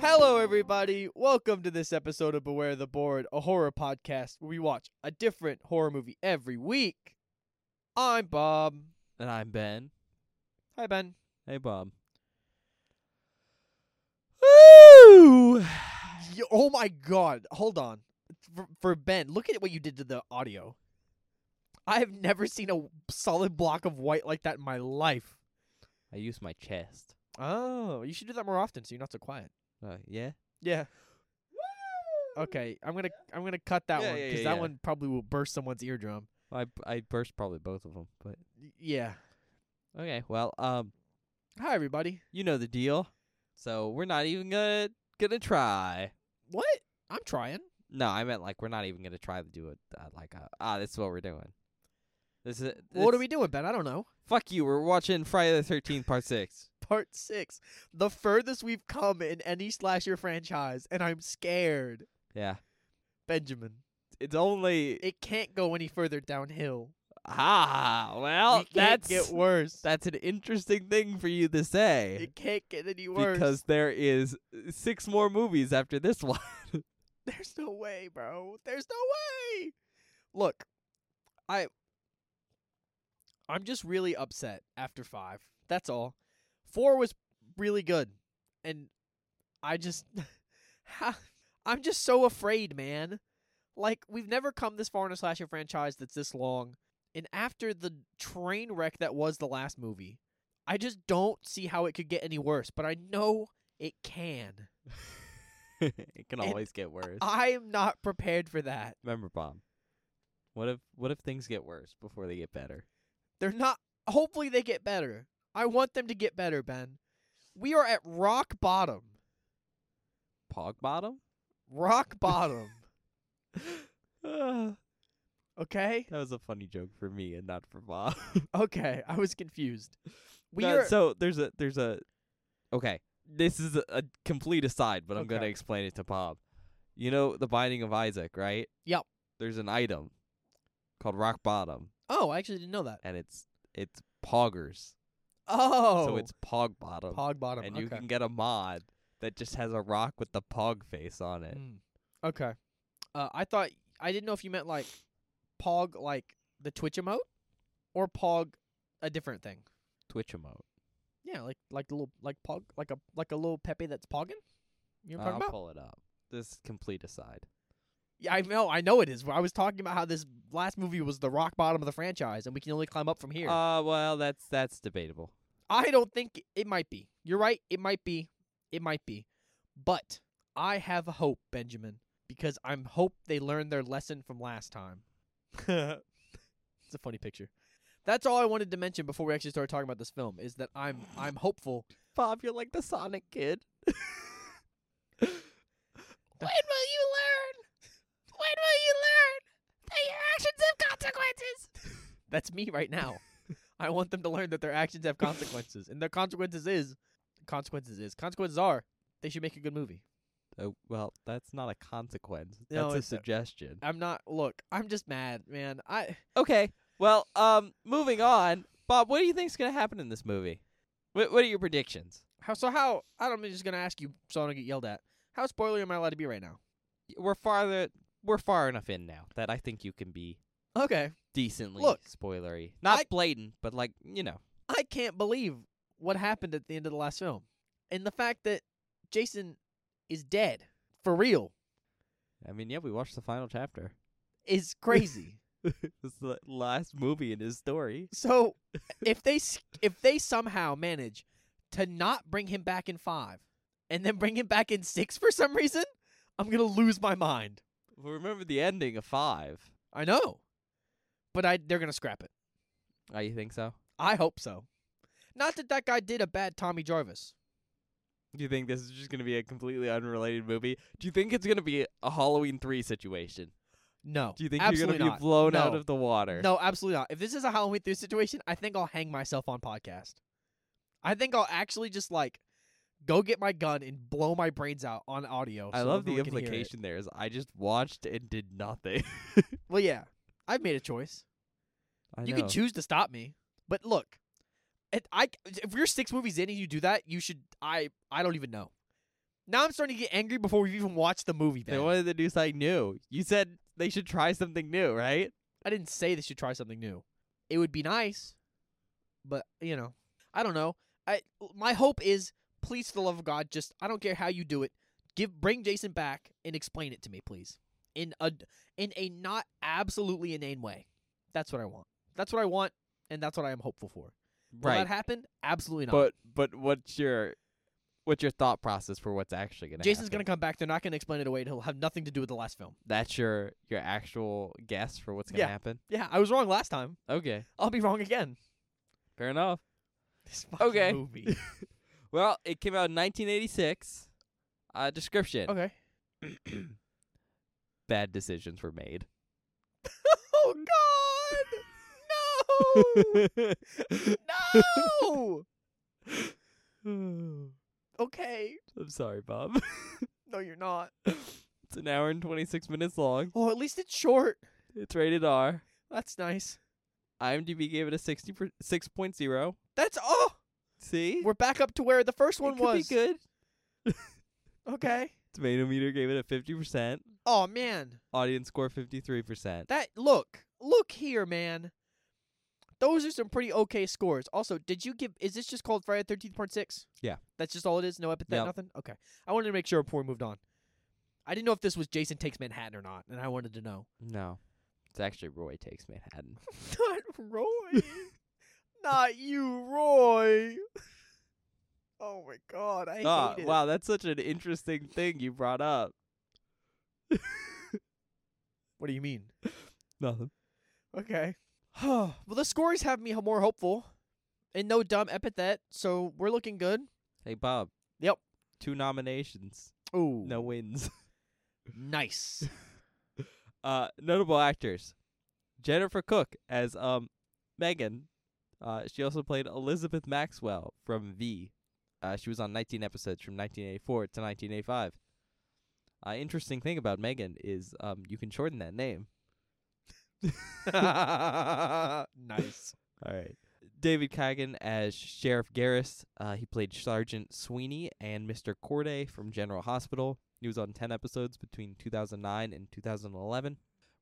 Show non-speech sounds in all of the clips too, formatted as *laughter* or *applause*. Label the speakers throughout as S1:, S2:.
S1: Hello, everybody. Welcome to this episode of Beware the Board, a horror podcast where we watch a different horror movie every week. I'm Bob.
S2: And I'm Ben.
S1: Hi, Ben.
S2: Hey, Bob. Woo!
S1: Yo- oh my God! Hold on. For, for Ben, look at what you did to the audio. I have never seen a solid block of white like that in my life.
S2: I use my chest.
S1: Oh, you should do that more often so you're not so quiet.
S2: Uh, yeah?
S1: Yeah. Okay, I'm gonna I'm gonna cut that
S2: Yeah,
S1: one
S2: yeah,
S1: because
S2: yeah,
S1: that
S2: yeah.
S1: one probably will burst someone's eardrum.
S2: I, I burst probably both of them, but
S1: Y- yeah.
S2: okay. Well, um,
S1: Hi, everybody.
S2: you know the deal. So we're not even gonna gonna try.
S1: What? I'm trying.
S2: No, I meant like we're not even gonna try to do it. Uh, like, uh, ah, this is what we're doing. This is
S1: What are
S2: it's-
S1: we doing, Ben? I don't know.
S2: Fuck you. We're watching Friday the Thirteenth Part Six.
S1: Part six, the furthest we've come in any slasher franchise, and I'm scared,
S2: Yeah,
S1: Benjamin.
S2: it's only
S1: It can't go any further downhill.
S2: ah. Well,
S1: it can't
S2: that's
S1: get worse.
S2: that's an interesting thing for you to say.
S1: it can't get any worse.
S2: because there is six more movies after this one. *laughs*
S1: There's no way, bro. There's no way. Look, I I'm just really upset after 5. That's all. 4 was really good and I just *laughs* Ha- I'm just so afraid, man. Like we've never come this far in a slasher franchise that's this long. And after the train wreck that was the last movie, I just don't see how it could get any worse, but I know it can.
S2: it can
S1: And
S2: always get worse.
S1: I am not prepared for that.
S2: Remember, Bob. What if what if things get worse before they get better?
S1: They're not. Hopefully, they get better. I want them to get better, Ben. We are at rock bottom.
S2: Pog *sighs* bottom? *laughs*
S1: Rock bottom.
S2: Ah,
S1: okay.
S2: that was a funny joke for me and not for Bob. *laughs*
S1: Okay. I was confused. We
S2: No, uh,
S1: are.
S2: so there's a there's a okay. This is a, a complete aside, but I'm gonna
S1: Okay.
S2: explain it to Bob. You know the Binding of Isaac, right?
S1: Yep.
S2: There's an item called rock bottom,
S1: oh, I actually didn't know that.
S2: and it's it's poggers.
S1: Oh.
S2: So it's pog bottom.
S1: pog bottom.
S2: and
S1: okay.
S2: you can get a mod that just has a rock with the pog face on it.
S1: Mm. Okay. Uh, I thought I didn't know if you meant like pog like the Twitch emote or pog a different thing.
S2: Twitch emote.
S1: Yeah, like like the little like pog like a like a little Pepe that's pogging. You know what I'm
S2: Uh, I'll
S1: talking about?
S2: pull it up. This is complete aside.
S1: Yeah, I know, I know it is. I was talking about how this last movie was the rock bottom of the franchise, and we can only climb up from here.
S2: Uh well, that's that's debatable.
S1: I don't think it might be. You're right. It might be. It might be. But I have a hope, Benjamin, because I'm hope they learned their lesson from last time. it's a funny picture. That's all I wanted to mention before we actually start talking about this film is that I'm I'm hopeful.
S2: Bob, you're like the Sonic kid. when will you learn? When will you learn that your actions have consequences?
S1: *laughs* That's me right now. I want them to learn that their actions have consequences, and their consequences is consequences is consequences are they should make a good movie.
S2: Oh, well, that's not a consequence. That's
S1: No,
S2: a
S1: it's a-
S2: suggestion.
S1: I'm not. Look, I'm just mad, man. I
S2: *laughs* Okay. Well, um, moving on. Bob, what do you think's gonna happen in this movie? What What are your predictions?
S1: how so how I don't. I'm just gonna ask you, so I don't get yelled at. How spoiler am I allowed to be right now?
S2: we're farther we're far enough in now that I think you can be
S1: Okay,
S2: decently
S1: Look,
S2: spoilery. Not
S1: I-
S2: blatant, but like, you know.
S1: I can't believe what happened at the end of the last film, and the fact that Jason is dead for real
S2: I mean, yeah, we watched the final chapter. *laughs*
S1: is crazy.
S2: It's the last movie in his story.
S1: so if they s- if they somehow manage to not bring him back in five, and then bring him back in six for some reason, I'm gonna lose my mind.
S2: Well, remember the ending of 5.
S1: I know, but I they're gonna scrap it.
S2: Oh, you think so?
S1: I hope so. Not that that guy did a bad Tommy Jarvis.
S2: Do you think this is just going to be a completely unrelated movie? Do you think it's going to be a Halloween 3 situation?
S1: No.
S2: Do you think
S1: absolutely
S2: you're going to
S1: not.
S2: be blown out
S1: No.
S2: of the water?
S1: No, absolutely not. If this is a Halloween through situation, I think I'll hang myself on podcast. I think I'll actually just like go get my gun and blow my brains out on audio.
S2: I
S1: so
S2: love the
S1: everyone can hear it.
S2: implication there is I just watched and did nothing. *laughs*
S1: Well, yeah, I've made a choice.
S2: I
S1: you can
S2: know.
S1: choose to stop me, but look, it, I if you're six movies in and you do that, you should. I I don't even know. Now I'm starting to get angry before we've even watched the movie.
S2: They
S1: Ben.
S2: wanted to do something new. You said they should try something new, right?
S1: I didn't say they should try something new. It would be nice, but you know, I don't know. I my hope is, please, for the love of God, just I don't care how you do it, give bring Jason back and explain it to me, please, in a in a not absolutely inane way. That's what I want. That's what I want, and that's what I am hopeful for. Will that happen? Absolutely not.
S2: But but what's your what's your thought process for what's actually gonna
S1: Jason's
S2: happen?
S1: gonna come back. They're not gonna explain it away. and He'll have nothing to do with the last film.
S2: That's your your actual guess for what's gonna
S1: Yeah.
S2: happen?
S1: Yeah, I was wrong last time.
S2: Okay.
S1: I'll be wrong again.
S2: Fair enough.
S1: This fucking
S2: Okay.
S1: movie.
S2: Well, it came out in 1986. Uh, description.
S1: okay.
S2: Bad decisions were made.
S1: Oh God!
S2: *laughs*
S1: No!
S2: I'm
S1: okay.
S2: sorry, Bob. *laughs*
S1: No, you're not.
S2: It's an hour and 26 minutes long.
S1: Oh, at least it's short.
S2: It's rated R.
S1: That's nice.
S2: IMDb gave it a 60 per- 6.0.
S1: That's oh,
S2: See?
S1: we're back up to where the first
S2: It
S1: one
S2: could
S1: was.
S2: be good.
S1: Okay.
S2: Tomato meter gave it a 50%.
S1: Oh man,
S2: Audience score 53%.
S1: that look, look here, man. Those are some pretty okay scores. Also, did you give? Is this just called Friday Thirteenth Part Six?
S2: Yeah.
S1: That's just all it is. No epithet,
S2: Yep.
S1: nothing. Okay. I wanted to make sure before we moved on. I didn't know if this was Jason Takes Manhattan or not, and I wanted to know.
S2: No. It's actually Roy Takes Manhattan.
S1: Not Roy. Not you, Roy. Oh my god, I
S2: Ah,
S1: hate it.
S2: wow, that's such an interesting thing you brought up.
S1: What do you mean?
S2: Nothing.
S1: Okay. *sighs* well, the scores have me more hopeful. And no dumb epithet, so we're looking good.
S2: Hey, Bob.
S1: Yep.
S2: Two nominations,
S1: Ooh.
S2: no wins. *laughs*
S1: Nice.
S2: Uh, notable actors: Jennifer Cook as um Megan. Uh, she also played Elizabeth Maxwell from V. Uh, she was on 19 episodes from 1984 to 1985. Uh, interesting thing about Megan is um you can shorten that name. *laughs*
S1: nice.
S2: All right. David Kagan as Sheriff Garris. Uh, he played Sergeant Sweeney and Mr. Corday from General Hospital. He was on 10 episodes between 2009 and 2011.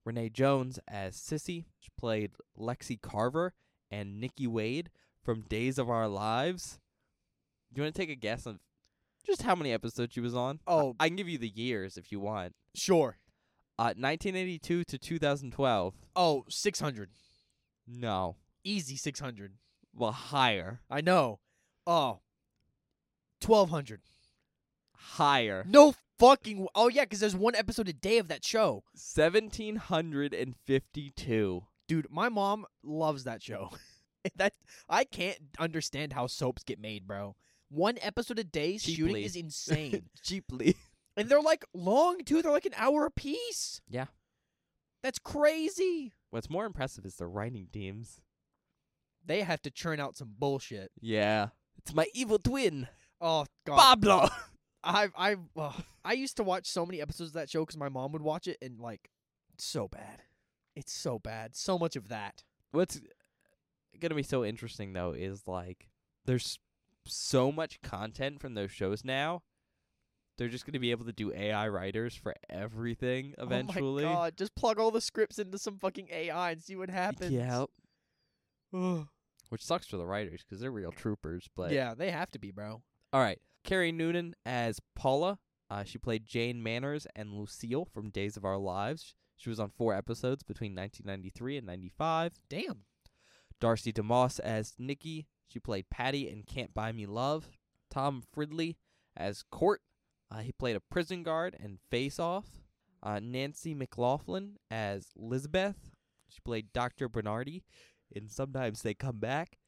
S2: Renee Jones as Sissy. She played Lexi Carver and Nikki Wade from Days of Our Lives. Do you want to take a guess on just how many episodes she was on? I-
S1: Oh.
S2: I can give you the years if you want.
S1: Sure.
S2: Uh, 1982 to 2012.
S1: Oh, 600.
S2: No.
S1: Easy 600.
S2: Well, higher.
S1: I know. Oh. 1200.
S2: Higher.
S1: No fucking. W- oh, yeah, 'cause there's one episode a day of that show.
S2: 1752.
S1: Dude, my mom loves that show. *laughs* that I can't understand how soaps get made, bro. One episode a day shooting
S2: Cheaply.
S1: is insane.
S2: *laughs* Cheaply.
S1: And they're like long too. They're like an hour apiece.
S2: Yeah.
S1: That's crazy.
S2: What's more impressive is the writing teams.
S1: They have to churn out some bullshit.
S2: Yeah. It's my evil twin,
S1: Oh god.
S2: Pablo.
S1: I I ugh. I used to watch so many episodes of that show cuz my mom would watch it and like it's so bad. It's so bad. So much of that.
S2: *laughs* What's going to be so interesting, though, is like there's so much content from those shows now. They're just going to be able to do AI writers for everything eventually.
S1: Oh my god, just plug all the scripts into some fucking AI and see what happens.
S2: Yeah. Which sucks for the writers because they're real troopers, but.
S1: yeah, they have to be, bro.
S2: All right. Carrie Noonan as Paula. Uh, she played Jane Manners and Lucille from Days of Our Lives. She was on four episodes between 1993 and 95.
S1: Damn.
S2: Darcy DeMoss as Nikki. She played Patty in Can't Buy Me Love. Tom Fridley as Court. Uh, he played a prison guard in Face Off. Uh, Nancy McLaughlin as Lizbeth. She played Dr. Bernardi in Sometimes They Come Back.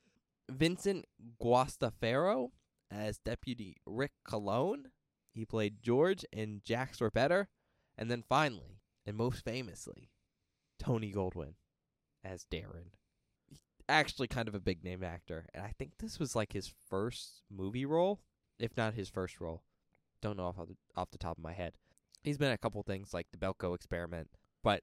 S2: Vincent Guastafaro as Deputy Rick Cologne. He played George in Jack's Were Better. And then finally, and most famously, Tony Goldwyn as Darren actually kind of a big name actor, and I think this was like his first movie role, if not his first role. Don't know off of the, off the top of my head. He's been in a couple things like The Belko Experiment, but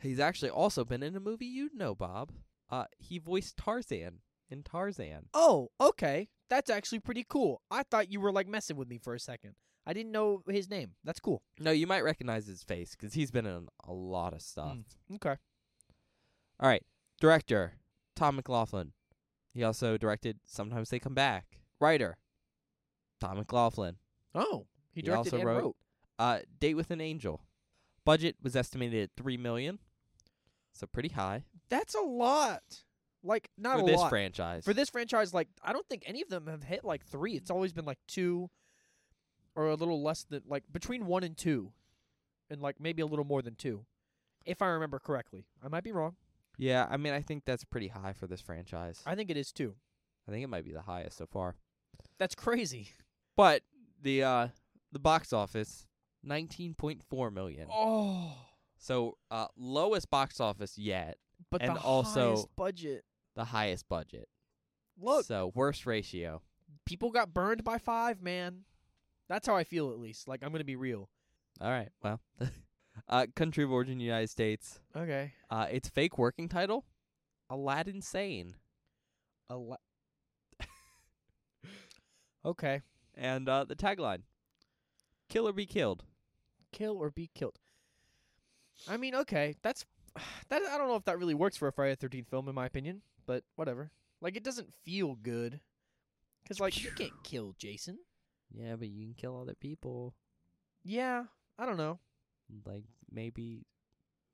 S2: he's actually also been in a movie you know, Bob. Uh, he voiced Tarzan in Tarzan.
S1: Oh, okay. That's actually pretty cool. I thought you were like messing with me for a second. I didn't know his name. That's cool.
S2: No, you might recognize his face because he's been in a lot of stuff.
S1: Mm. Okay.
S2: All right, director Tom McLaughlin. He also directed Sometimes They Come Back. Writer Tom McLaughlin.
S1: Oh, he
S2: He
S1: directed
S2: also
S1: and
S2: wrote-
S1: wrote.
S2: Uh, Date with an Angel. Budget was estimated at three million, so pretty high
S1: That's a lot. Like not
S2: for
S1: a
S2: this
S1: lot
S2: franchise.
S1: for this franchise. Like I don't think any of them have hit like three. It's always been like two, or a little less than like between one and two, and like maybe a little more than two, if I remember correctly. I might be wrong.
S2: yeah, I mean, I think that's pretty high for this franchise.
S1: I think it is two.
S2: I think it might be the highest so far.
S1: That's crazy. *laughs*
S2: But the uh the box office nineteen point four million.
S1: Oh,
S2: So uh lowest box office yet,
S1: but
S2: And
S1: the
S2: also-
S1: highest budget.
S2: the highest budget.
S1: Look,
S2: So worst ratio.
S1: people got burned by five, man. That's how I feel, at least. Like I'm gonna be real.
S2: All right. Well, *laughs* uh country of origin United States.
S1: Okay.
S2: Uh its fake working title Aladdin Sane.
S1: A la- *laughs* okay.
S2: And uh the tagline Kill or be killed.
S1: kill or be killed. I mean, okay, that's *sighs* that. I don't know if that really works for a Friday the Thirteenth film, in my opinion, but whatever. Like, it doesn't feel good. 'Cause like you can't kill Jason.
S2: Yeah, but you can kill other people.
S1: Yeah, I don't know.
S2: Like maybe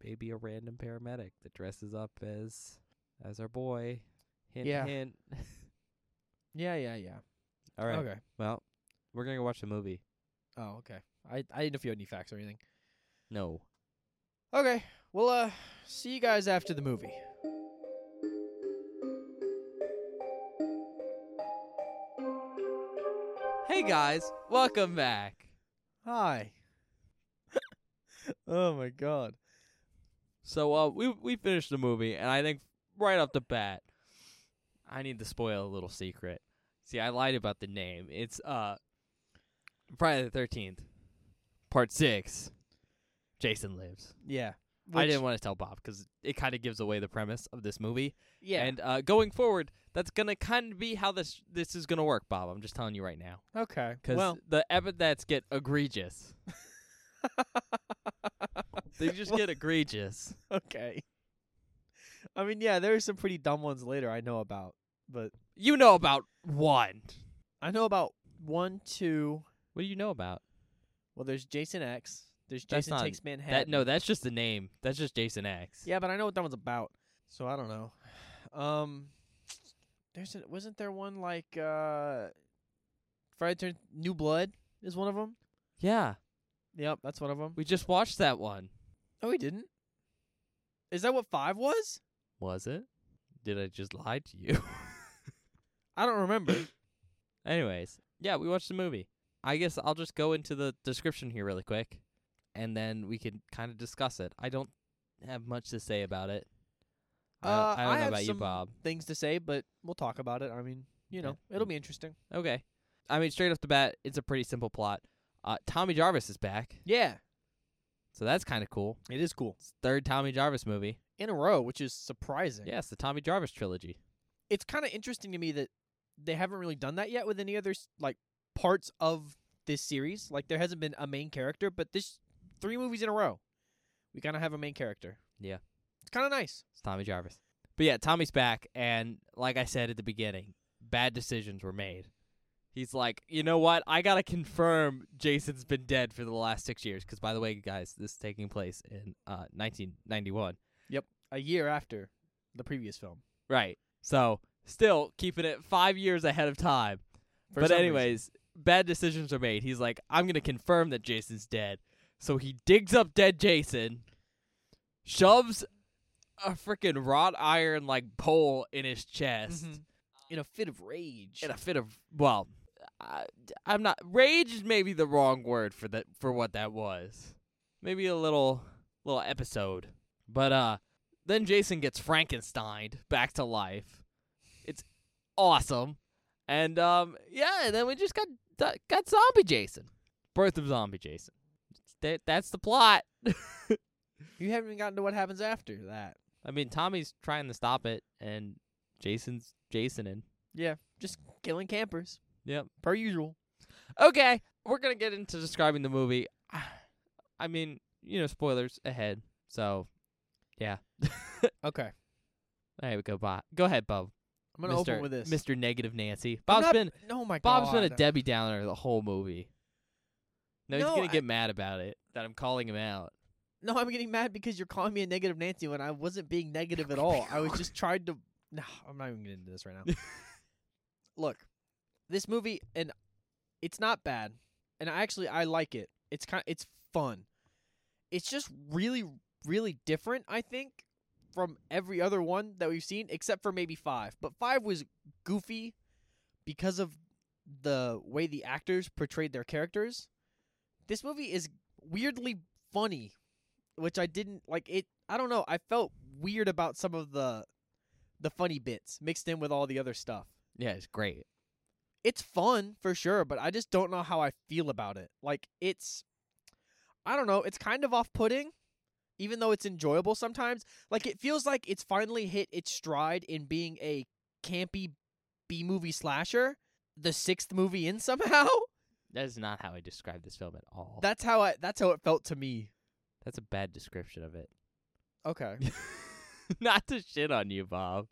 S2: maybe a random paramedic that dresses up as as our boy. Hint
S1: Yeah.
S2: hint.
S1: Yeah, yeah, yeah.
S2: All right.
S1: Okay.
S2: Well, we're gonna go watch the movie.
S1: Oh, okay. I I didn't know if you had any facts or anything.
S2: No.
S1: Okay. Well, uh, see you guys after the movie.
S2: Hey guys, welcome back.
S1: Hi. *laughs* oh my God.
S2: So uh, we we finished the movie, and I think right off the bat, I need to spoil a little secret. See, I lied about the name. It's uh, Friday the Thirteenth, Part Six. Jason lives.
S1: Yeah.
S2: I
S1: Which-
S2: didn't want to tell Bob because it kind of gives away the premise of this movie.
S1: Yeah.
S2: And uh, going forward, that's gonna kind of be how this this is gonna work, Bob. I'm just telling you right now.
S1: okay.
S2: Because
S1: well, *laughs*
S2: the epithets get egregious. they just
S1: Well-
S2: get egregious.
S1: okay. I mean, yeah, there are some pretty dumb ones later I know about, but
S2: You know about one.
S1: I know about one, two.
S2: What do you know about?
S1: Well, there's Jason X. There's
S2: That's
S1: Jason
S2: not-
S1: Takes Manhattan.
S2: That no, that's just the name. That's just Jason X.
S1: Yeah, but I know what that one's about, so I don't know. Um, there's a, wasn't there one like uh, Friday Turn New Blood is one of them.
S2: Yeah.
S1: Yep, that's one of them.
S2: We just watched that one.
S1: Oh, we didn't. Is that what five was?
S2: Was it? Did I just lie to you? *laughs*
S1: I don't
S2: *coughs*
S1: remember.
S2: Anyways, yeah, we watched the movie. I guess I'll just go into the description here really quick and then we can kind of discuss it. I don't have much to say about it. I don't,
S1: Uh,
S2: I don't
S1: I
S2: know
S1: have
S2: about you,
S1: some-
S2: Bob.
S1: Things to say, but we'll talk about it. I mean, you know, it'll be interesting.
S2: Okay. I mean, straight off the bat, it's a pretty simple plot. Uh, Tommy Jarvis is back,
S1: Yeah,
S2: so that's kind of cool.
S1: it is cool
S2: It's the third Tommy Jarvis movie.
S1: in a row, which is surprising.
S2: Yes, the Tommy Jarvis trilogy.
S1: it's kind of interesting to me that they haven't really done that yet with any other s like parts of this series. Like there hasn't been a main character, but this three movies in a row, we kind of have a main character.
S2: Yeah.
S1: it's kind of nice.
S2: It's Tommy Jarvis. But yeah, Tommy's back, and like I said at the beginning, bad decisions were made. He's like, you know what? I gotta confirm Jason's been dead for the last six years. Because by the way, guys, this is taking place in uh, 1991.
S1: A year after the previous film.
S2: Right. So still keeping it five years ahead of time.
S1: For
S2: but
S1: some
S2: anyways, bad decisions are made. He's like, I'm gonna confirm that Jason's dead. So he digs up dead Jason, shoves a freaking wrought iron like pole in his chest
S1: reason. Mhm. in a fit of rage.
S2: in a fit of well, I, I'm not rage is maybe the wrong word for that for what that was. Maybe a little little episode, but uh, then Jason gets Frankensteined back to life. It's awesome, and um, yeah, and then we just got got zombie Jason, birth of zombie Jason. That that's the plot.
S1: you haven't even gotten to what happens after that.
S2: I mean, Tommy's trying to stop it, and Jason's Jasoning.
S1: Yeah, just killing campers
S2: Yep.
S1: per usual.
S2: Okay, we're gonna get into describing the movie. *sighs* I mean, you know, spoilers ahead. So, yeah.
S1: Okay.
S2: There we go, Bob. Go ahead, Bob.
S1: I'm gonna
S2: Mr.
S1: open with this.
S2: Mr. Negative Nancy.
S1: I'm
S2: Bob's
S1: not-
S2: been
S1: No, my
S2: Bob's
S1: God.
S2: been a Debbie Downer the whole movie. No, he's
S1: No,
S2: gonna
S1: I-
S2: get mad about it that I'm calling him out.
S1: No, I'm getting mad because you're calling me a negative Nancy when I wasn't being negative at all. I was just trying to. *sighs* No, I'm not even getting into this right now. Look, this movie and it's not bad, and I actually I like it. It's kind, it's fun. It's just really, really different. I think from every other one that we've seen, except for maybe five. But five was goofy because of the way the actors portrayed their characters. This movie is weirdly funny which I didn't like it I don't know, I felt weird about some of the the funny bits mixed in with all the other stuff.
S2: Yeah, it's great.
S1: It's fun for sure, but I just don't know how I feel about it. Like it's I don't know, it's kind of off-putting even though it's enjoyable sometimes. Like it feels like it's finally hit its stride in being a campy B movie slasher, the 6th movie in somehow. *laughs*
S2: That is not how I describe this film at all.
S1: That's how I that's how it felt to me.
S2: That's a bad description of it. *laughs*
S1: Okay.
S2: not to shit on you, Bob.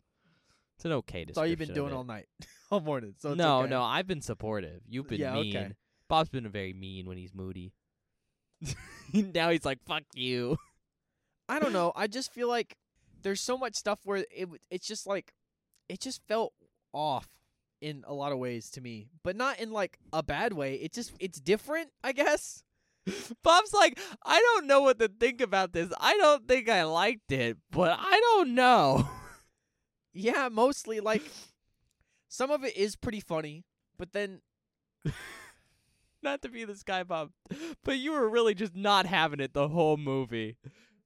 S2: It's an okay description.
S1: That's all you've been
S2: of
S1: doing
S2: it.
S1: all night. *laughs* all morning. So it's
S2: no,
S1: okay.
S2: no, I've been supportive. You've been
S1: Yeah, okay.
S2: mean. Bob's been very mean when he's moody. *laughs* now he's like, "Fuck you." *laughs*
S1: I don't know. I just feel like there's so much stuff where it w- it's just like it just felt off in a lot of ways to me, but not in like a bad way. It just it's different, I guess.
S2: Bob's like, "I don't know what to think about this. I don't think I liked it, but I don't know." *laughs*
S1: Yeah, mostly like some of it is pretty funny, but then
S2: not to be this guy, Bob, but you were really just not having it the whole movie.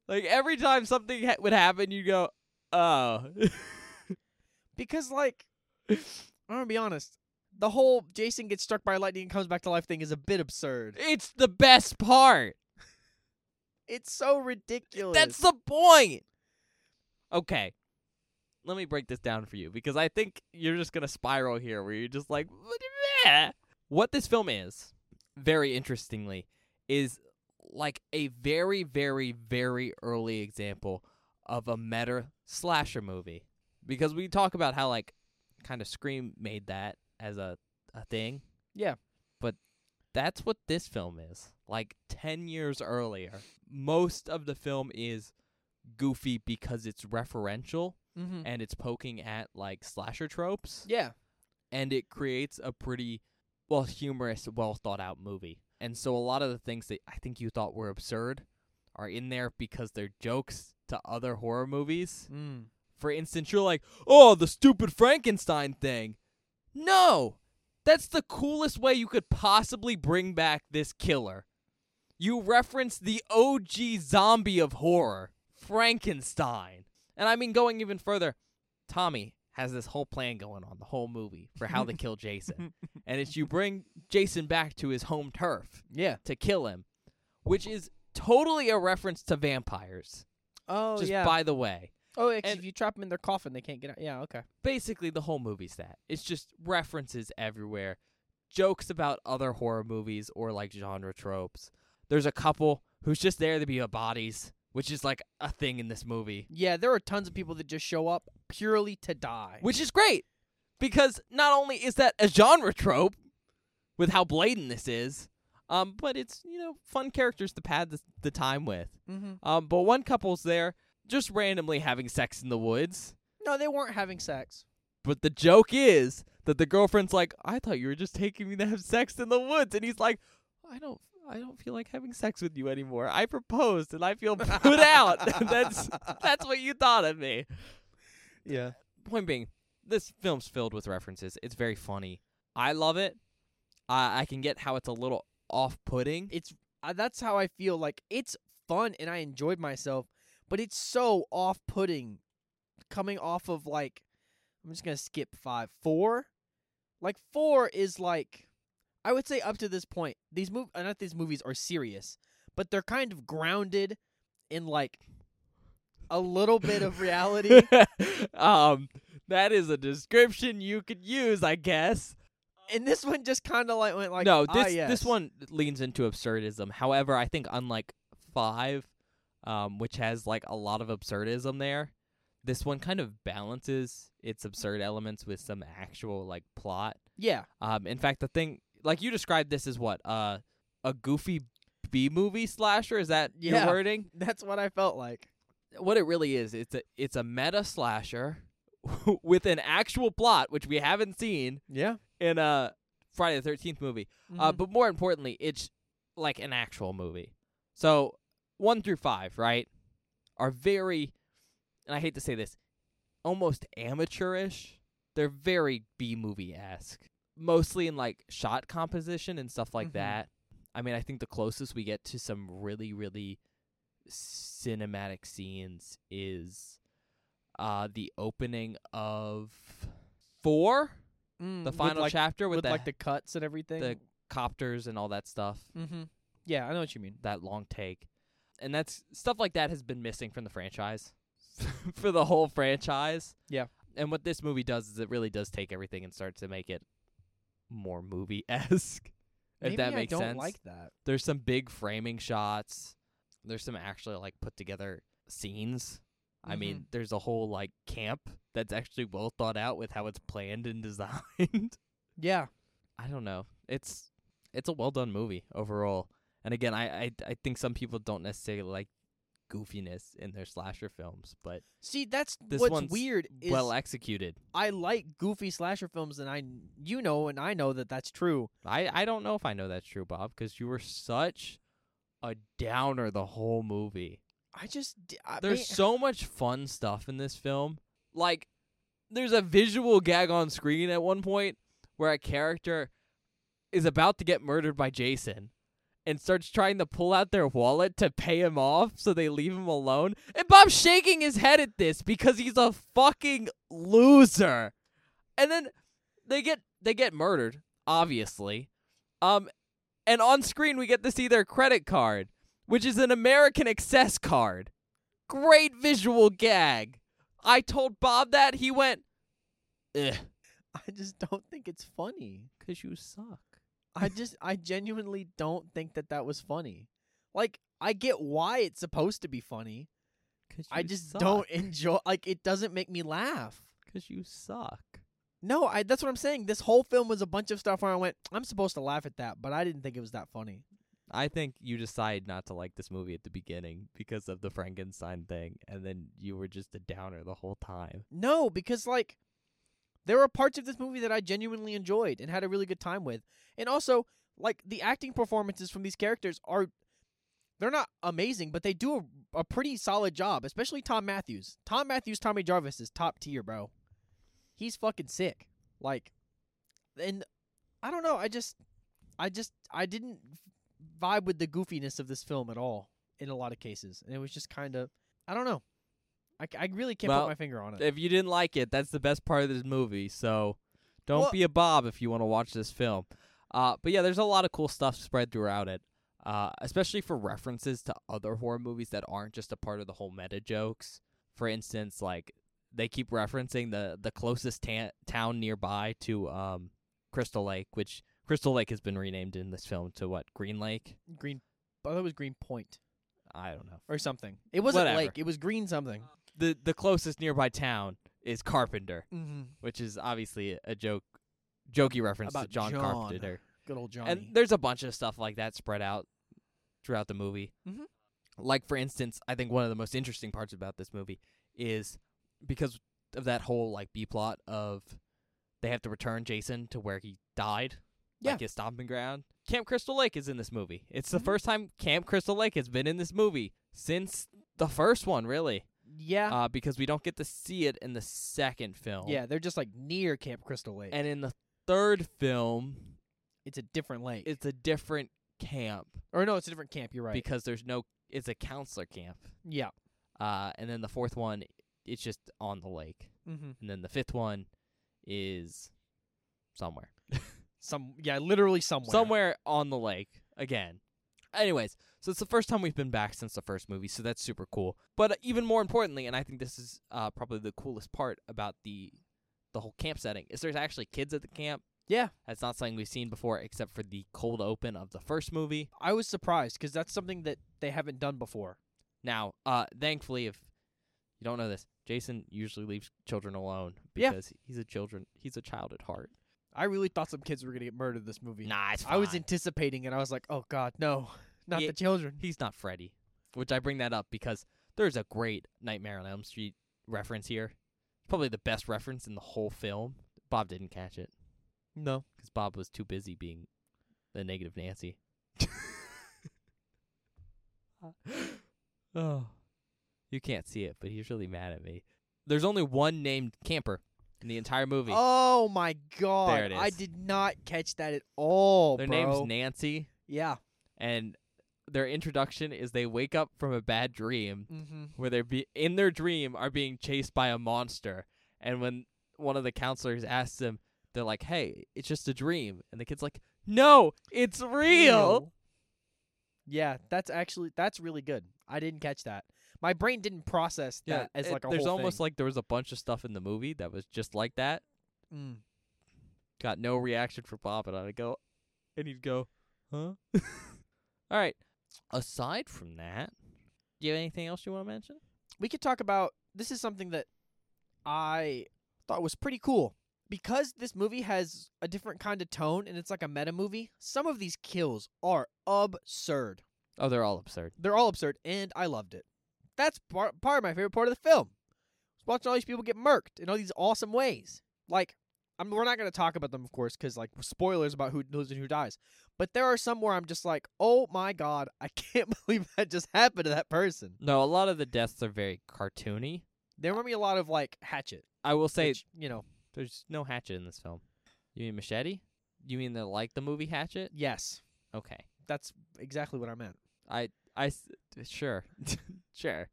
S2: Like every time something ha- would happen, you go, "Oh." *laughs*
S1: because like I'm gonna be honest, the whole Jason gets struck by lightning and comes back to life thing is a bit absurd.
S2: it's the best part.
S1: It's so ridiculous.
S2: That's the point. Okay. Let me break this down for you because I think you're just going to spiral here where you're just like, "Bleh." what this film is, very interestingly, is like a very, very, very early example of a meta slasher movie. Because we talk about how, like, kind of Scream made that as a, a thing.
S1: Yeah.
S2: But that's what this film is. Like, 10 years earlier most of the film is goofy because it's referential
S1: mm-hmm.
S2: and it's poking at like slasher tropes
S1: yeah.
S2: and it creates a pretty well humorous well thought out movie and so a lot of the things that i think you thought were absurd are in there because they're jokes to other horror movies
S1: Mm.
S2: for instance you're like oh the stupid frankenstein thing no that's the coolest way you could possibly bring back this killer you reference the OG zombie of horror, Frankenstein. And I mean, going even further, Tommy has this whole plan going on the whole movie for how to
S1: *laughs*
S2: kill Jason. and it's you bring Jason back to his home turf
S1: Yeah.
S2: to kill him, which is totally a reference to vampires,
S1: Oh
S2: just
S1: yeah.
S2: by the way.
S1: oh, actually,
S2: and-
S1: if you trap them in their coffin, they can't get out. Yeah. Okay.
S2: Basically, the whole movie's that. It's just references everywhere, jokes about other horror movies or like genre tropes. There's a couple who's just there to be a bodies, which is like a thing in this movie.
S1: Yeah, there are tons of people that just show up purely to die.
S2: which is great because not only is that a genre trope with how blatant this is, um, but it's you know fun characters to pad the, the time with.
S1: mm-hmm.
S2: Um, but one couple's there just randomly having sex in the woods,
S1: No, they weren't having sex.
S2: but the joke is that the girlfriend's like, "I thought you were just taking me to have sex in the woods," and he's like, "I don't." I don't feel like having sex with you anymore. I proposed and I feel put out. *laughs* that's that's what you thought of me.
S1: yeah.
S2: point being, this film's filled with references. It's very funny. I love it. I I can get how it's a little *laughs* off-putting.
S1: It's uh, that's how I feel. Like it's fun and I enjoyed myself, but it's so off-putting coming off of like I'm just going to skip 5 4. Like 4 is like I would say up to this point, these mov- uh, not these movies are serious, but they're kind of grounded in like a little bit of
S2: *laughs*
S1: reality.
S2: um, that is a description you could use, I guess.
S1: and this one just kind of like went like
S2: no,
S1: "Ah,
S2: this
S1: yes."
S2: this one leans into absurdism. However, I think unlike five, um, which has like a lot of absurdism there, this one kind of balances its absurd elements with some actual like plot.
S1: Yeah,
S2: Um, in fact, the thing like you described this as what uh, a goofy B movie slasher is that
S1: Yeah.
S2: your wording?
S1: that's what I felt like.
S2: what it really is, it's a it's a meta slasher *laughs* with an actual plot which we haven't seen
S1: Yeah.
S2: in a Friday the Thirteenth movie.
S1: Mm-hmm.
S2: Uh, but more importantly, it's like an actual movie. So one through five, right, are very, and I hate to say this, almost amateurish. They're very B movie esque, mostly in like shot composition and stuff like
S1: Mhm.
S2: that. I mean, I think the closest we get to some really, really cinematic scenes is uh the opening of four,
S1: Mm,
S2: the
S1: with,
S2: final
S1: like,
S2: chapter with,
S1: with
S2: the
S1: like the cuts and everything.
S2: the copters and all that stuff,
S1: mm-hmm. Yeah, I know what you mean.
S2: that long take. And that's stuff like that has been missing from the franchise *laughs* for the whole franchise.
S1: Yeah.
S2: And what this movie does is it really does take everything and starts to make it more movie esque. If
S1: Maybe
S2: that
S1: I
S2: makes
S1: don't
S2: sense.
S1: like that.
S2: *laughs* There's some big framing shots. There's some actually like put together scenes. I mean, there's a whole like camp that's actually well thought out with how it's planned and *laughs* designed.
S1: Yeah,
S2: I don't know. It's it's a well done movie overall. And again, I, I I think some people don't necessarily like goofiness in their slasher films, but
S1: see, that's
S2: This
S1: what's
S2: one's
S1: weird. Is
S2: well executed.
S1: I like goofy slasher films, and I, you know, and I know that that's true.
S2: I I don't know if I know that's true, Bob, because you were such a downer the whole movie.
S1: I just, d I
S2: There's
S1: mean,
S2: so much fun stuff in this film. Like there's a visual gag on screen at one point where a character is about to get murdered by Jason and starts trying to pull out their wallet to pay him off so they leave him alone. And Bob's shaking his head at this because he's a fucking loser. And then they get they get murdered, obviously. Um and on screen we get to see their credit card, which is an American Excess card. Great visual gag. I told Bob that he went Ugh.
S1: *laughs* I just don't think it's funny.
S2: Cause you suck.
S1: I just I genuinely don't think that that was funny. Like I get why it's supposed to be funny.
S2: Cause
S1: I
S2: you
S1: just
S2: suck.
S1: don't enjoy like it doesn't make me laugh.
S2: Cause you suck.
S1: No, I that's what I'm saying. This whole film was a bunch of stuff where I went, I'm supposed to laugh at that, but I didn't think it was that funny.
S2: I think you decided not to like this movie at the beginning because of the Frankenstein thing, and then you were just a downer the whole time.
S1: No, because like there were parts of this movie that I genuinely enjoyed and had a really good time with. And also, like the acting performances from these characters are they're not amazing, but they do a, a pretty solid job, especially Tom Matthews. Tom Matthews, Tommy Jarvis is top tier, bro. He's fucking sick. Like and I don't know, I just I just I didn't vibe with the goofiness of this film at all in a lot of cases. And it was just kind of I don't know. I, c- I really can't
S2: Well,
S1: put my finger on it.
S2: If you didn't like it, that's the best part of this movie. So don't
S1: Well-
S2: be a Bob if you want to watch this film. Uh, but yeah, there's a lot of cool stuff spread throughout it, uh, especially for references to other horror movies that aren't just a part of the whole meta jokes. For instance, like they keep referencing the the closest ta- town nearby to um, Crystal Lake, which Crystal Lake has been renamed in this film to what Green Lake?
S1: Green. I thought it was Green Point
S2: I don't know.
S1: or something. It wasn't
S2: Whatever.
S1: Lake. It was Green something.
S2: The the closest nearby town is Carpenter.
S1: Mm-hmm.
S2: which is obviously a joke, jokey reference to
S1: About
S2: John,
S1: John.
S2: Carpenter.
S1: Good old Johnny.
S2: And there's a bunch of stuff like that spread out throughout the movie.
S1: Mhm.
S2: Like for instance, I think one of the most interesting parts about this movie is because of that whole like B plot of they have to return Jason to where he died,
S1: Yeah.
S2: like his stomping ground. Camp Crystal Lake is in this movie. It's the
S1: Mhm.
S2: first time Camp Crystal Lake has been in this movie since the first one, really,
S1: yeah,
S2: uh, because we don't get to see it in the second film.
S1: yeah. They're just like near Camp Crystal Lake.
S2: And in the third film,
S1: it's a different lake.
S2: it's a different camp
S1: or no, it's a different camp. You're right.
S2: because there's no it's a counselor camp.
S1: yeah.
S2: Uh and then the fourth one it's just on the lake.
S1: Mm-hmm.
S2: And then the fifth one is somewhere.
S1: Some. Yeah. Literally somewhere.
S2: Somewhere on the lake again. Anyways, so it's the first time we've been back since the first movie, so that's super cool. But uh, even more importantly, and I think this is uh, probably the coolest part about the the whole camp setting is there's actually kids at the camp Yeah, that's not something we've seen before, except for the cold open of the first movie.
S1: I was surprised because that's something that they haven't done before.
S2: Now, uh, thankfully, if you don't know this, Jason usually leaves children alone
S1: Yeah.
S2: because he's a children he's a child at heart.
S1: I really thought some kids were gonna get murdered this movie.
S2: Nah, it's
S1: I was
S2: fine.
S1: anticipating it. I was like, oh god, no, *laughs* not
S2: Yeah.
S1: the children.
S2: he's not Freddy. Which I bring that up because there's a great Nightmare on Elm Street reference here. Probably the best reference in the whole film. Bob didn't catch it
S1: No.
S2: because Bob was too busy being the
S1: *laughs*
S2: negative Nancy. oh, you can't see it, but he's really mad at me. There's only one named camper in the entire movie.
S1: Oh my god,
S2: it
S1: I
S2: is.
S1: did not catch that at all.
S2: Their
S1: bro.
S2: name's Nancy,
S1: yeah.
S2: and their introduction is they wake up from a bad dream
S1: Mm-hmm.
S2: where they're be- in their dream are being chased by a monster. And when one of the counselors asks them, they're like, "Hey, it's just a dream," and the kid's like, "No, it's real."
S1: Yeah, that's actually that's really good. I didn't catch that. My brain didn't process
S2: Yeah,
S1: that as
S2: it-
S1: like a
S2: there's
S1: whole
S2: almost like there was a bunch of stuff in the movie that was just like that.
S1: Like, mm.
S2: Got no reaction from Bob, and I'd go, and he'd go, "Huh?" *laughs* All right. Aside from that, do you have anything else you want to mention?
S1: we could talk about this is something that I thought was pretty cool because this movie has a different kind of tone and it's like a meta movie. Some of these kills are absurd.
S2: Oh, they're all absurd.
S1: They're all absurd, and I loved it. That's part part of my favorite part of the film. Was watching all these people get murked in all these awesome ways. Like, I mean, we're not going to talk about them, of course, because like spoilers about who knows and who dies. But there are some where I'm just like, oh my god, I *laughs* can't believe that just happened to that person.
S2: No, a lot of the deaths are very cartoony.
S1: They remind me a lot of like Hatchet,
S2: I will say
S1: which, you know,
S2: There's no hatchet in this film. You mean machete? You mean they're like the movie Hatchet?
S1: yes,
S2: Okay.
S1: that's exactly what I meant.
S2: I I s- sure. *laughs* sure.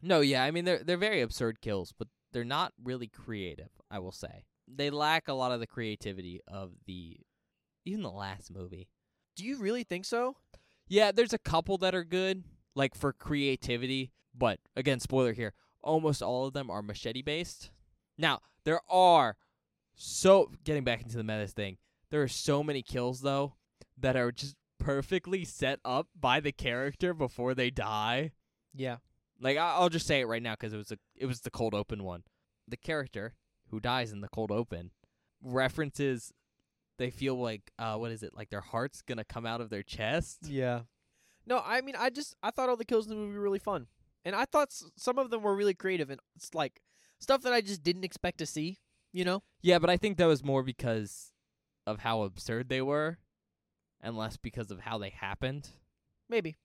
S2: No, yeah, I mean they're they're very absurd kills, but they're not really creative, I will say. They lack a lot of the creativity of the even the last movie.
S1: Do you really think so?
S2: Yeah, there's a couple that are good like for creativity, but again, spoiler here, almost all of them are machete based. Now, there are so getting back into the meta thing, there are so many kills though that are just perfectly set up by the character before they die.
S1: Yeah.
S2: Like I- I'll just say it right now because it was a it was the cold open one. The character who dies in the cold open references they feel like uh what is it like their heart's gonna come out of their chest.
S1: *laughs* Yeah. No, I mean, I just I thought all the kills in the movie were really fun, and I thought s- some of them were really creative and it's like stuff that I just didn't expect to see. You know?
S2: Yeah, but I think that was more because of how absurd they were, and less because of how they happened.
S1: Maybe.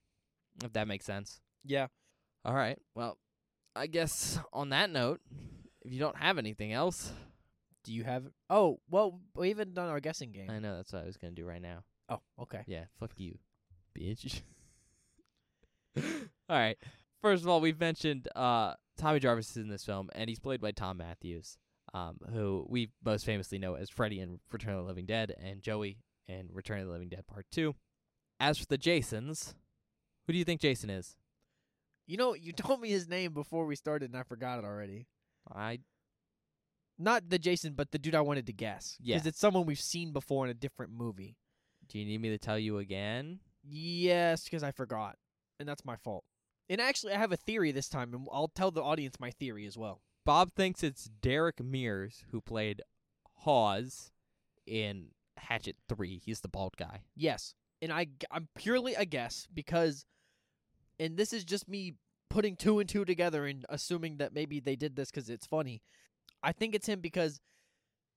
S2: If that makes sense.
S1: Yeah.
S2: All right. Well, I guess on that note, if you don't have anything else,
S1: Do you have? Oh, well, we haven't done our guessing game.
S2: I know that's what I was gonna do right now.
S1: oh, okay.
S2: Yeah, fuck you, bitch. *laughs* all right. First of all, we've mentioned uh, Tommy Jarvis is in this film, and he's played by Tom Matthews, um, who we most famously know as Freddy in Return of the Living Dead and Joey in Return of the Living Dead Part 2. As for the Jasons, who do you think Jason is?
S1: You know, you *laughs* told me his name before we started, and I forgot it already.
S2: I
S1: Not the Jason, but the dude I wanted to guess.
S2: Yeah.
S1: Because it's someone we've seen before in a different movie.
S2: do you need me to tell you again?
S1: Yes, because I forgot, and that's my fault. And actually, I have a theory this time, and I'll tell the audience my theory as well.
S2: Bob thinks it's Derek Mears who played Hawes in Hatchet 3. He's the bald guy.
S1: Yes, and I g- I'm purely a guess because, and this is just me putting two and two together and assuming that maybe they did this 'cause it's funny. I think it's him because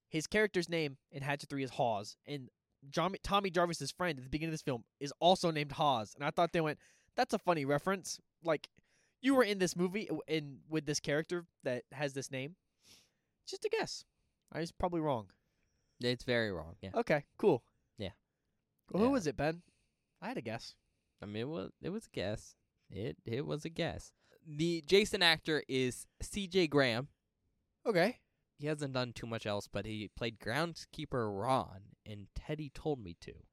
S1: his character's name in Hatchet Three is Hawes, and John, Tommy Jarvis's friend at the beginning of this film is also named Hawes, and I thought they went, "That's a funny reference." Like you were in this movie w- and with this character that has this name. Just a guess. I was probably wrong.
S2: It's very wrong. Yeah.
S1: Okay, cool.
S2: Yeah.
S1: Well, who
S2: Yeah.
S1: was it, Ben? I had a guess.
S2: I mean, it was it was a guess. It it was a guess. The Jason actor is C.J. Graham.
S1: Okay.
S2: He hasn't done too much else, but he played groundskeeper Ron in Teddy Told Me To.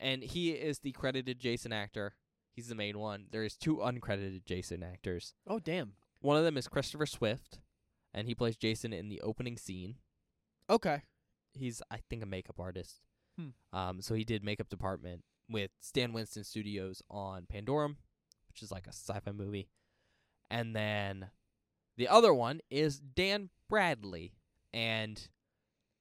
S2: And he is the credited Jason actor. He's the main one. There is two uncredited Jason actors.
S1: Oh, damn.
S2: One of them is Christopher Swift, and he plays Jason in the opening scene.
S1: Okay.
S2: he's I think a makeup artist.
S1: Hmm.
S2: Um, so he did makeup department with Stan Winston Studios on Pandorum, which is like a sci-fi movie, and then the other one is Dan Bradley, and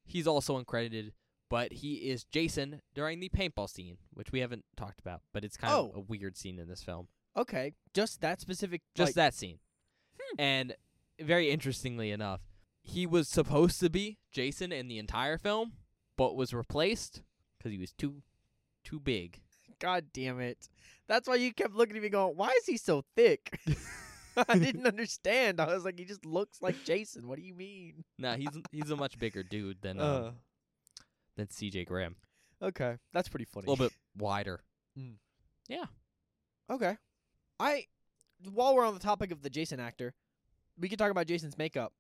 S2: he's also uncredited, but he is Jason during the paintball scene, which we haven't talked about, but it's kind
S1: Oh.
S2: of a weird scene in this film.
S1: Okay, just that specific.
S2: Just
S1: like,
S2: that scene.
S1: Hmm.
S2: And very interestingly enough, he was supposed to be Jason in the entire film, but was replaced because he was too too big.
S1: God damn it! That's why you kept looking at me going, "Why is he so thick?" *laughs* I didn't understand. I was like, "He just looks like Jason." What do you mean?
S2: *laughs* Nah,
S1: *laughs*
S2: he's he's a much bigger dude than
S1: Uh.
S2: um, than CJ Graham.
S1: okay, that's pretty funny.
S2: A little bit wider.
S1: Okay. I while we're on the topic of the Jason actor, we can talk about Jason's makeup.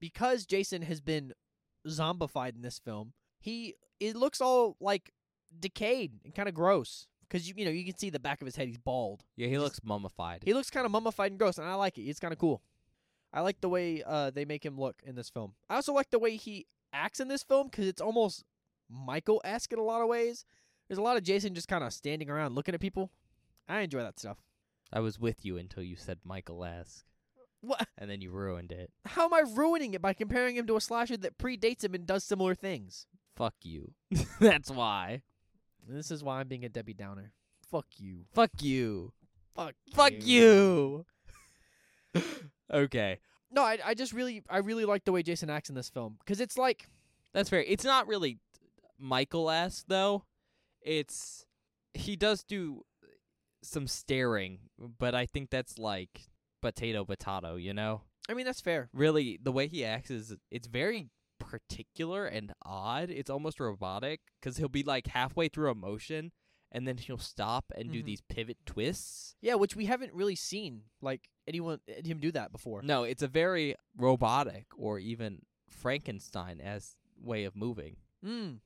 S1: Because Jason has been zombified in this film, he it looks all like decayed and kind of gross. Because you you know you can see the back of his head; he's bald.
S2: Yeah, he looks mummified.
S1: He looks kind of mummified and gross, and I like it. It's kind of cool. I like the way uh, they make him look in this film. I also like the way he acts in this film because it's almost Michael esque in a lot of ways. There's a lot of Jason just kind of standing around looking at people. I enjoy that stuff.
S2: I was with you until you said Michael esque,
S1: What?
S2: and then you ruined it.
S1: How am I ruining it by comparing him to a slasher that predates him and does similar things?
S2: Fuck you.
S1: *laughs*
S2: *laughs* That's why.
S1: And this is why I'm being a Debbie Downer. Fuck you.
S2: Fuck you.
S1: Fuck.
S2: Fuck you. *laughs* okay.
S1: No, I, I just really, I really like the way Jason acts in this film because it's like,
S2: That's fair. It's not really Michael esque though. It's he does do some staring, but I think that's like potato potato, you know?
S1: I mean, that's fair.
S2: Really the way he acts is it's very particular and odd. It's almost robotic cuz he'll be like halfway through a motion and then he'll stop and do
S1: Mhm.
S2: these pivot twists.
S1: Yeah, which we haven't really seen like anyone him do that before.
S2: No, it's a very robotic or even Frankenstein as way of moving.
S1: Mm.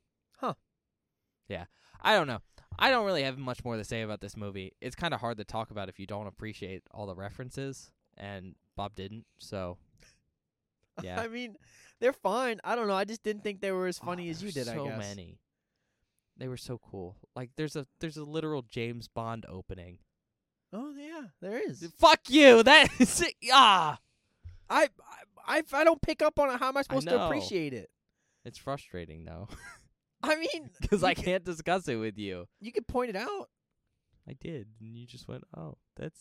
S2: I don't know. I don't really have much more to say about this movie. It's kind of hard to talk about if you don't appreciate all the references, and Bob didn't. So,
S1: *laughs*
S2: yeah,
S1: I mean, they're fine. I don't know. I just didn't think they were as
S2: Oh,
S1: funny as you
S2: there's
S1: did. I
S2: So
S1: guess.
S2: many. They were so cool. Like there's a there's a literal James Bond opening.
S1: Oh yeah, there is.
S2: Fuck you. *laughs* That is it. ah.
S1: I, I I- if I don't pick up on it, how am I supposed to
S2: know.
S1: appreciate it?
S2: It's frustrating though *laughs*
S1: I mean,
S2: because I
S1: you could-
S2: can't discuss it with you.
S1: you could point it out.
S2: I did, and you just went, oh, that's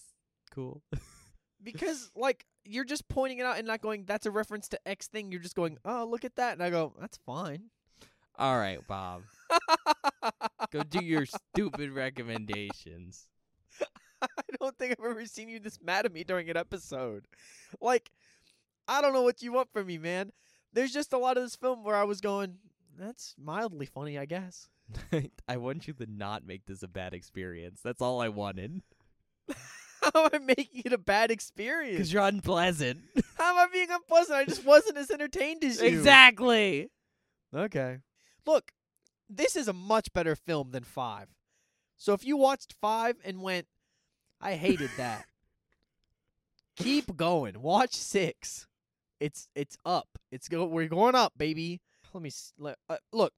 S2: cool. *laughs*
S1: because like you're just pointing it out and not going that's a reference to x thing you're just going oh look at that and i go that's fine *laughs*
S2: All right, Bob. Go do your stupid recommendations.
S1: i don't think i've ever seen you this mad at me during an episode like i don't know what you want from me man there's just a lot of this film where i was going that's mildly funny i guess *laughs*
S2: *laughs* I want you to not make this a bad experience. That's all I wanted.
S1: how am i making it a bad experience
S2: Because you're *laughs* unpleasant.
S1: how am i being unpleasant i just wasn't as entertained as you
S2: exactly.
S1: Okay. Look, this is a much better film than Five. So if you watched Five and went, I hated *laughs* that, keep going. Watch Six. It's it's up. It's go. We're going up, baby. Let me s- let, uh, look.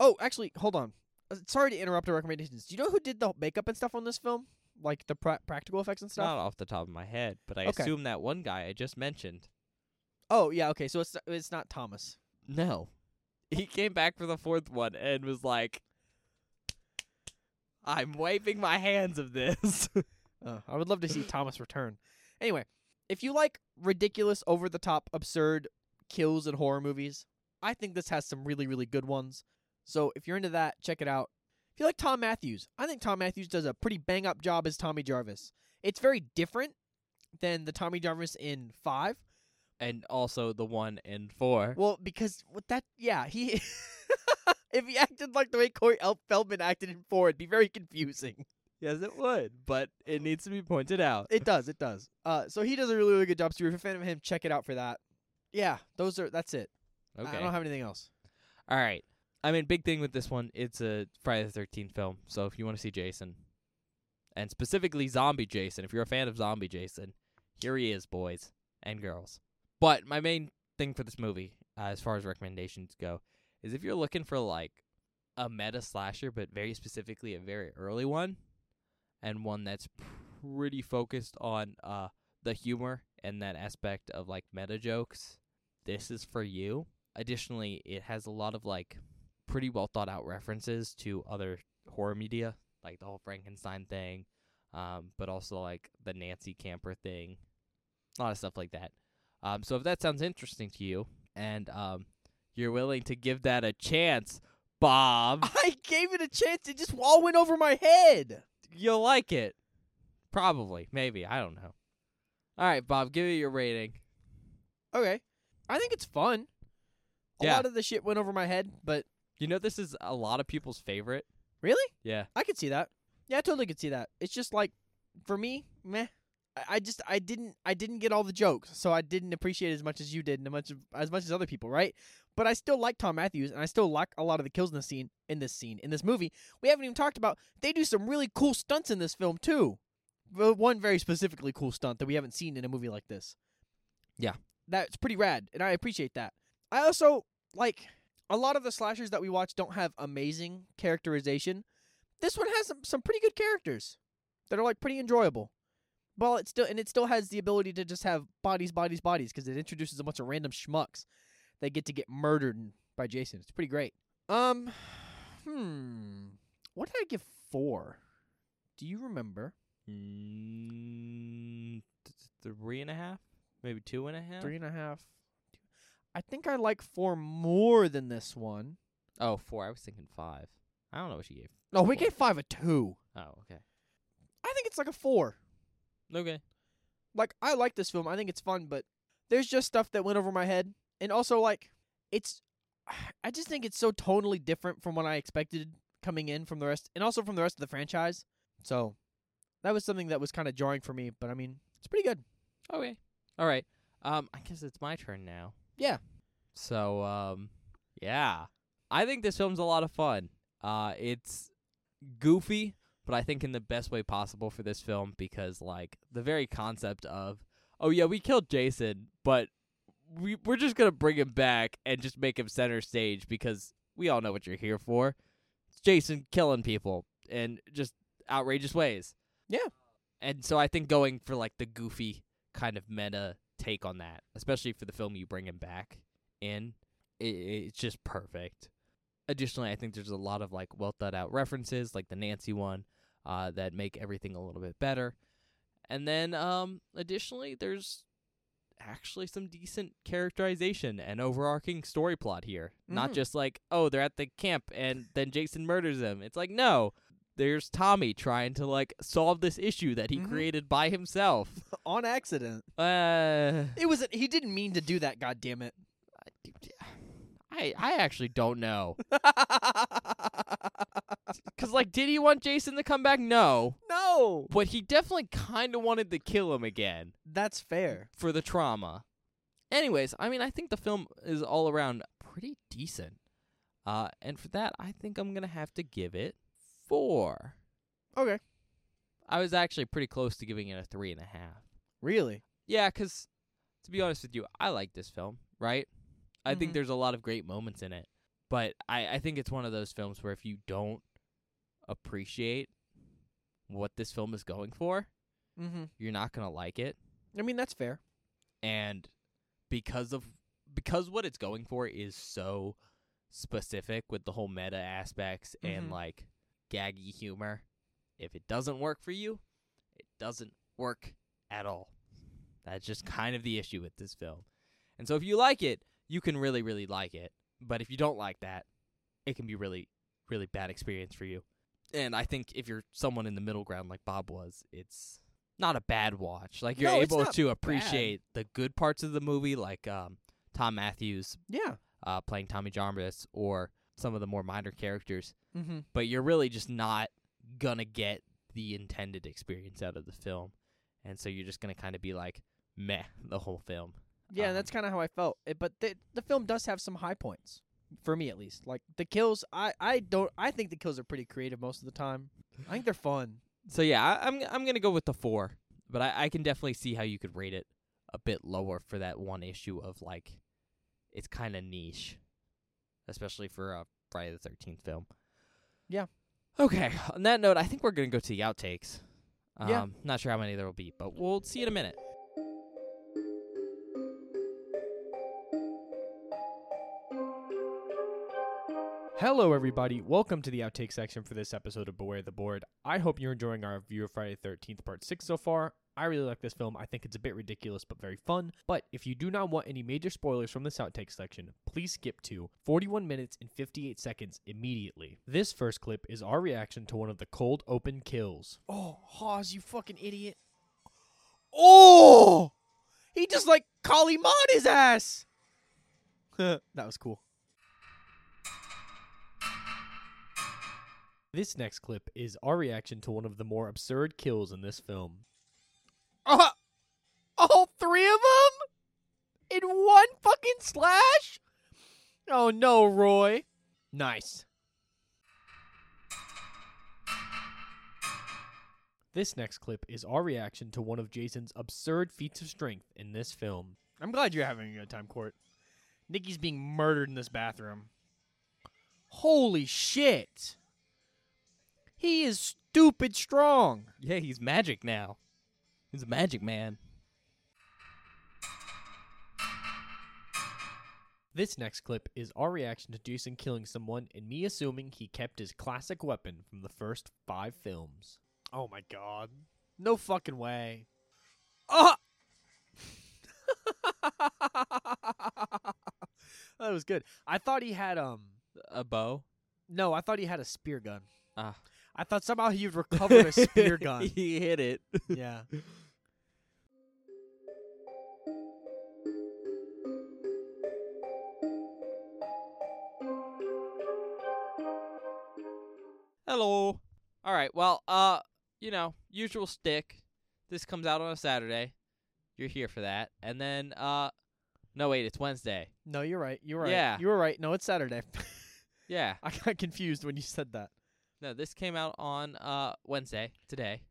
S1: Oh, actually, hold on. Uh, sorry to interrupt our recommendations. Do you know who did the makeup and stuff on this film? Like the pra- practical effects and
S2: It's
S1: stuff.
S2: not off the top of my head, but I
S1: Okay.
S2: assume that one guy I just mentioned.
S1: Oh yeah. Okay. So it's it's not Thomas.
S2: No. He came back for the fourth one and was like, I'm wiping my hands of this. *laughs*
S1: Uh, I would love to see Thomas return. Anyway, if you like ridiculous, over the top, absurd kills in horror movies, I think this has some really, really good ones. So if you're into that, check it out. If you like Tom Matthews, I think Tom Matthews does a pretty bang up job as Tommy Jarvis. It's very different than the Tommy Jarvis in Five.
S2: and also the one in four.
S1: Well, because with that, yeah, he. *laughs* if he acted like the way Corey L. Feldman acted in Four, it'd be very confusing.
S2: Yes, it would, but it needs to be pointed out.
S1: It does. It does. Uh, so he does a really, really good job. So if you're a fan of him, check it out for that. Yeah, those are. That's it. I-
S2: Okay.
S1: I don't have anything else. *laughs*
S2: All right. I mean, big thing with this one, it's a Friday the Thirteenth film. So if you want to see Jason, and specifically Zombie Jason, if you're a fan of Zombie Jason, here he is, boys and girls. But my main thing for this movie, uh, as far as recommendations go, is if you're looking for like a meta slasher, but very specifically a very early one, and one that's pretty focused on uh the humor and that aspect of like meta jokes, this is for you. Additionally, it has a lot of like pretty well thought out references to other horror media, like the whole Frankenstein thing, um, but also like the Nancy Camper thing, a lot of stuff like that. Um, so if that sounds interesting to you and um, you're willing to give that a chance, Bob,
S1: I gave it a chance. It just all went over my head.
S2: you'll like it. Probably, maybe, I don't know. All right, Bob, give it your rating.
S1: Okay. I think it's fun. A
S2: Yeah.
S1: lot of the shit went over my head, but
S2: You know this is a lot of people's favorite.
S1: really?
S2: Yeah.
S1: I could see that. Yeah, I totally could see that. It's just like for me, meh. I- I just I didn't I didn't get all the jokes, so I didn't appreciate it as much as you did and as much of- as much as other people, right? But I still like Tom Matthews and I still like a lot of the kills in the scene in this scene in this movie. We haven't even talked about they do some really cool stunts in this film too. Well, One very specifically cool stunt that we haven't seen in a movie like this.
S2: Yeah.
S1: That's pretty rad and I appreciate that. I also like a lot of the slashers that we watch don't have amazing characterization, this one has some, some pretty good characters that are like pretty enjoyable. Well, it still and it still has the ability to just have bodies, bodies, bodies because it introduces a bunch of random schmucks that get to get murdered by Jason. It's pretty great. Um, *sighs* hmm, what did I give four? Do you remember
S2: Mm, th- th- three and a half, maybe two and a half.
S1: three and a half? I think I like four more than this one.
S2: Oh, four. I was thinking five. I don't know what you gave.
S1: No, we
S2: Four.
S1: gave five a two.
S2: Oh, okay.
S1: I think it's like a four.
S2: Okay.
S1: like I like this film. I think it's fun, but there's just stuff that went over my head. And also like it's *sighs* I just think it's so totally different from what I expected coming in from the rest and also from the rest of the franchise. So that was something that was kind of jarring for me, but I mean, it's pretty good.
S2: Okay. All right. Um, I guess it's my turn now.
S1: Yeah.
S2: So, um, yeah, I think this film's a lot of fun. Uh, it's goofy, but I think in the best way possible for this film because, like, the very concept of, oh yeah, we killed Jason, but we we're just gonna bring him back and just make him center stage because we all know what you're here for. It's Jason killing people in just outrageous ways.
S1: Yeah.
S2: And so I think going for like the goofy kind of meta take on that, especially for the film you bring him back in, i i- it's just perfect. Additionally, I think there's a lot of like well thought out references, like the Nancy one, uh, that make everything a little bit better. And then, um, additionally, there's actually some decent characterization and overarching story plot here. Not
S1: Mhm.
S2: just like, oh, they're at the camp and then Jason murders them. It's like, no, there's Tommy trying to like solve this issue that he
S1: Mhm.
S2: created by himself.
S1: *laughs* On accident.
S2: Uh,
S1: It was he didn't mean to do that, god damn it.
S2: I I actually don't know. Cause like, did he want Jason to come back? No,
S1: *laughs* no.
S2: but he definitely kind of wanted to kill him again
S1: That's fair.
S2: for the trauma. Anyways, I mean, I think the film is all around pretty decent. Uh, and for that, I think I'm gonna have to give it four.
S1: Okay.
S2: I was actually pretty close to giving it a three and a half.
S1: Really?
S2: Yeah, 'cause to be honest with you, I like this film, right? I think
S1: Mhm.
S2: there's a lot of great moments in it, but I, I think it's one of those films where if you don't appreciate what this film is going for,
S1: Mhm.
S2: you're not gonna like it.
S1: I mean, that's fair.
S2: And because of because what it's going for is so specific with the whole meta aspects and
S1: Mhm.
S2: like gaggy humor, if it doesn't work for you, it doesn't work at all. That's just kind of the issue with this film. And so if you like it, you can really, really like it. But if you don't like that, it can be really, really bad experience for you. And I think if you're someone in the middle ground like Bob was, it's not a bad watch. Like you're
S1: No, it's
S2: able
S1: not
S2: to appreciate the good parts of the movie, like um, Tom Matthews
S1: Yeah.
S2: uh, playing Tommy Jarvis or some of the more minor characters.
S1: Mhm.
S2: But you're really just not gonna get the intended experience out of the film, and so you're just gonna kind of be like meh the whole film.
S1: Yeah,
S2: Um,
S1: that's kind of how I felt. It, but the the film does have some high points for me at least. Like the kills, I I don't I think the kills are pretty creative most of the time. I think they're fun.
S2: So yeah, I, I'm I'm gonna go with the four, but I, I can definitely see how you could rate it a bit lower for that one issue of like it's kind of niche, especially for a Friday the Thirteenth film.
S1: Yeah.
S2: Okay. On that note, I think we're gonna go to the outtakes. Um,
S1: Yeah.
S2: Not sure how many there will be, but we'll see you in a minute.
S1: Hello, everybody. Welcome to the outtake section for this episode of Beware the Board. I hope you're enjoying our review of Friday the 13th, Part 6 so far. I really like this film. I think it's a bit ridiculous, but very fun. But if you do not want any major spoilers from this outtake section, please skip to 41 minutes and 58 seconds immediately. This first clip is our reaction to one of the cold open kills. Oh, Hawes, you fucking idiot. Oh! He just like Kali Mod his ass! *laughs* that was cool. This next clip is our reaction to one of the more absurd kills in this film. Uh, all three of them? In one fucking slash? Oh no, Roy. Nice. This next clip is our reaction to one of Jason's absurd feats of strength in this film. I'm glad you're having a good time, Court. Nikki's being murdered in this bathroom. Holy shit! He is stupid strong.
S2: Yeah, he's magic now. He's a magic man.
S1: This next clip is our reaction to Jason killing someone and me assuming he kept his classic weapon from the first five films. Oh my god. No fucking way. Ah! *laughs* that was good. I thought he had, um,
S2: A bow.
S1: no, I thought he had a spear gun.
S2: Ah.
S1: I thought somehow he'd recovered a
S2: *laughs*
S1: spear *laughs* gun.
S2: he hit it.
S1: Yeah.
S2: Hello. All right. Well, uh, you know, usual stick. This comes out on a Saturday. You're here for that. And then uh no wait, it's Wednesday.
S1: No, you're right. You're right.
S2: Yeah.
S1: You were right. No, it's Saturday. *laughs*
S2: Yeah.
S1: I got confused when you said that.
S2: No, this came out on uh Wednesday today.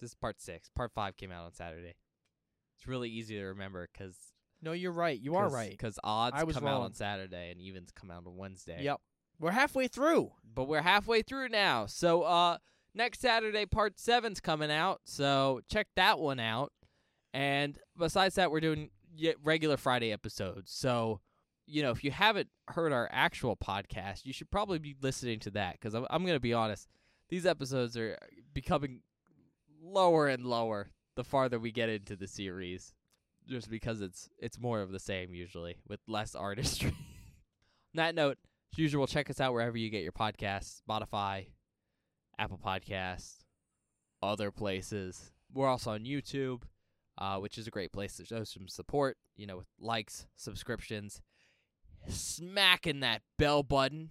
S2: This is part 6. Part 5 came out on Saturday. It's really easy to remember cuz
S1: No, you're right. You are right.
S2: cuz odds
S1: I was
S2: come out on
S1: wrong.
S2: Saturday and evens come out on Wednesday.
S1: Yep. We're halfway through. *laughs*
S2: But we're halfway through now. So uh next Saturday part seven's coming out. So check that one out. And besides that we're doing y- regular Friday episodes. So you know, if you haven't heard our actual podcast, you should probably be listening to that cuz I'm I'm going to be honest. These episodes are becoming lower and lower the farther we get into the series just because it's it's more of the same usually with less *laughs* artistry. On that note, as usual, check us out wherever you get your podcasts Spotify, Apple Podcasts, other places. We're also on YouTube, uh, which is a great place to show some support, you know, with likes, subscriptions, smacking that bell button,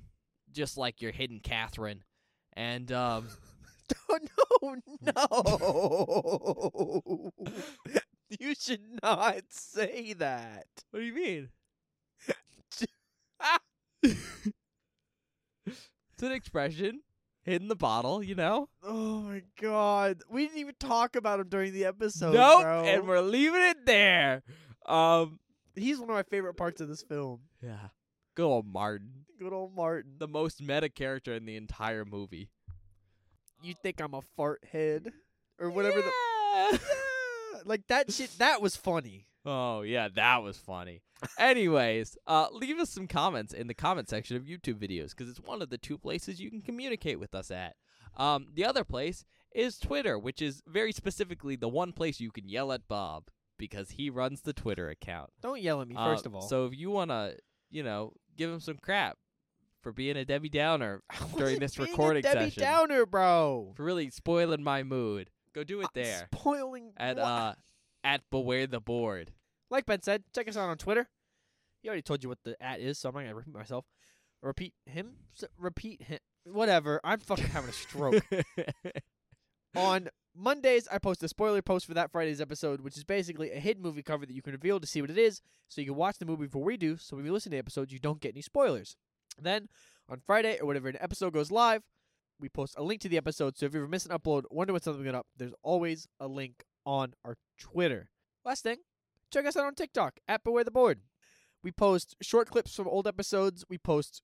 S2: just like your hidden Catherine. And um,
S1: Oh, no, no. *laughs* you should not say that.
S2: what do you mean? *laughs* it's an expression, hidden the bottle, you know?
S1: Oh my god. We didn't even talk about him during the episode.
S2: nope,
S1: bro.
S2: and we're leaving it there. Um,
S1: He's one of my favorite parts of this film.
S2: yeah, good old Martin,
S1: Good old Martin.
S2: the most meta character in the entire movie.
S1: You think I'm a fart head or whatever
S2: *laughs*
S1: the Like that shit that was funny.
S2: Oh yeah, that was funny. Anyways, uh, leave us some comments in the comment section of YouTube videos because it's one of the two places you can communicate with us at. Um, the other place is Twitter, which is very specifically the one place you can yell at Bob because he runs the Twitter account.
S1: Don't yell at me
S2: Uh,
S1: first of all.
S2: So if you wanna, you know, give him some crap for being a Debbie Downer,
S1: *laughs* I wasn't
S2: during this
S1: being a
S2: recording
S1: Debbie
S2: session.
S1: Downer, bro.
S2: for really spoiling my mood, go do it
S1: I'm
S2: there
S1: Spoiling
S2: at
S1: what?
S2: uh at Beware the Board.
S1: like Ben said, check us out on Twitter. He already told you what the at is, so I'm not gonna repeat myself. Repeat him. S- repeat him. Whatever. I'm fucking having a
S2: *laughs*
S1: stroke. on Mondays, I post a spoiler post for that Friday's episode, which is basically a hidden movie cover that you can reveal to see what it is, so you can watch the movie before we do. So when you listen to the episodes, you don't get any spoilers. Then on Friday or whatever an episode goes live, we post a link to the episode. So if you ever miss an upload, wonder when something went up, there's always a link on our Twitter. Last thing, check us out on TikTok at Beware the Board. We post short clips from old episodes. We post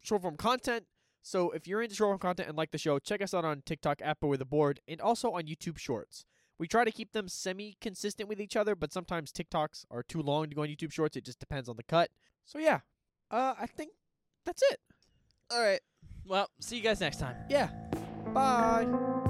S1: short form content. So if you're into short form content and like the show, check us out on TikTok at Boy the Board and also on YouTube Shorts. We try to keep them semi consistent with each other, but sometimes TikToks are too long to go on YouTube Shorts. It just depends on the cut. So yeah, uh, I think that's it.
S2: All right. Well, see you guys next time.
S1: Yeah. Bye.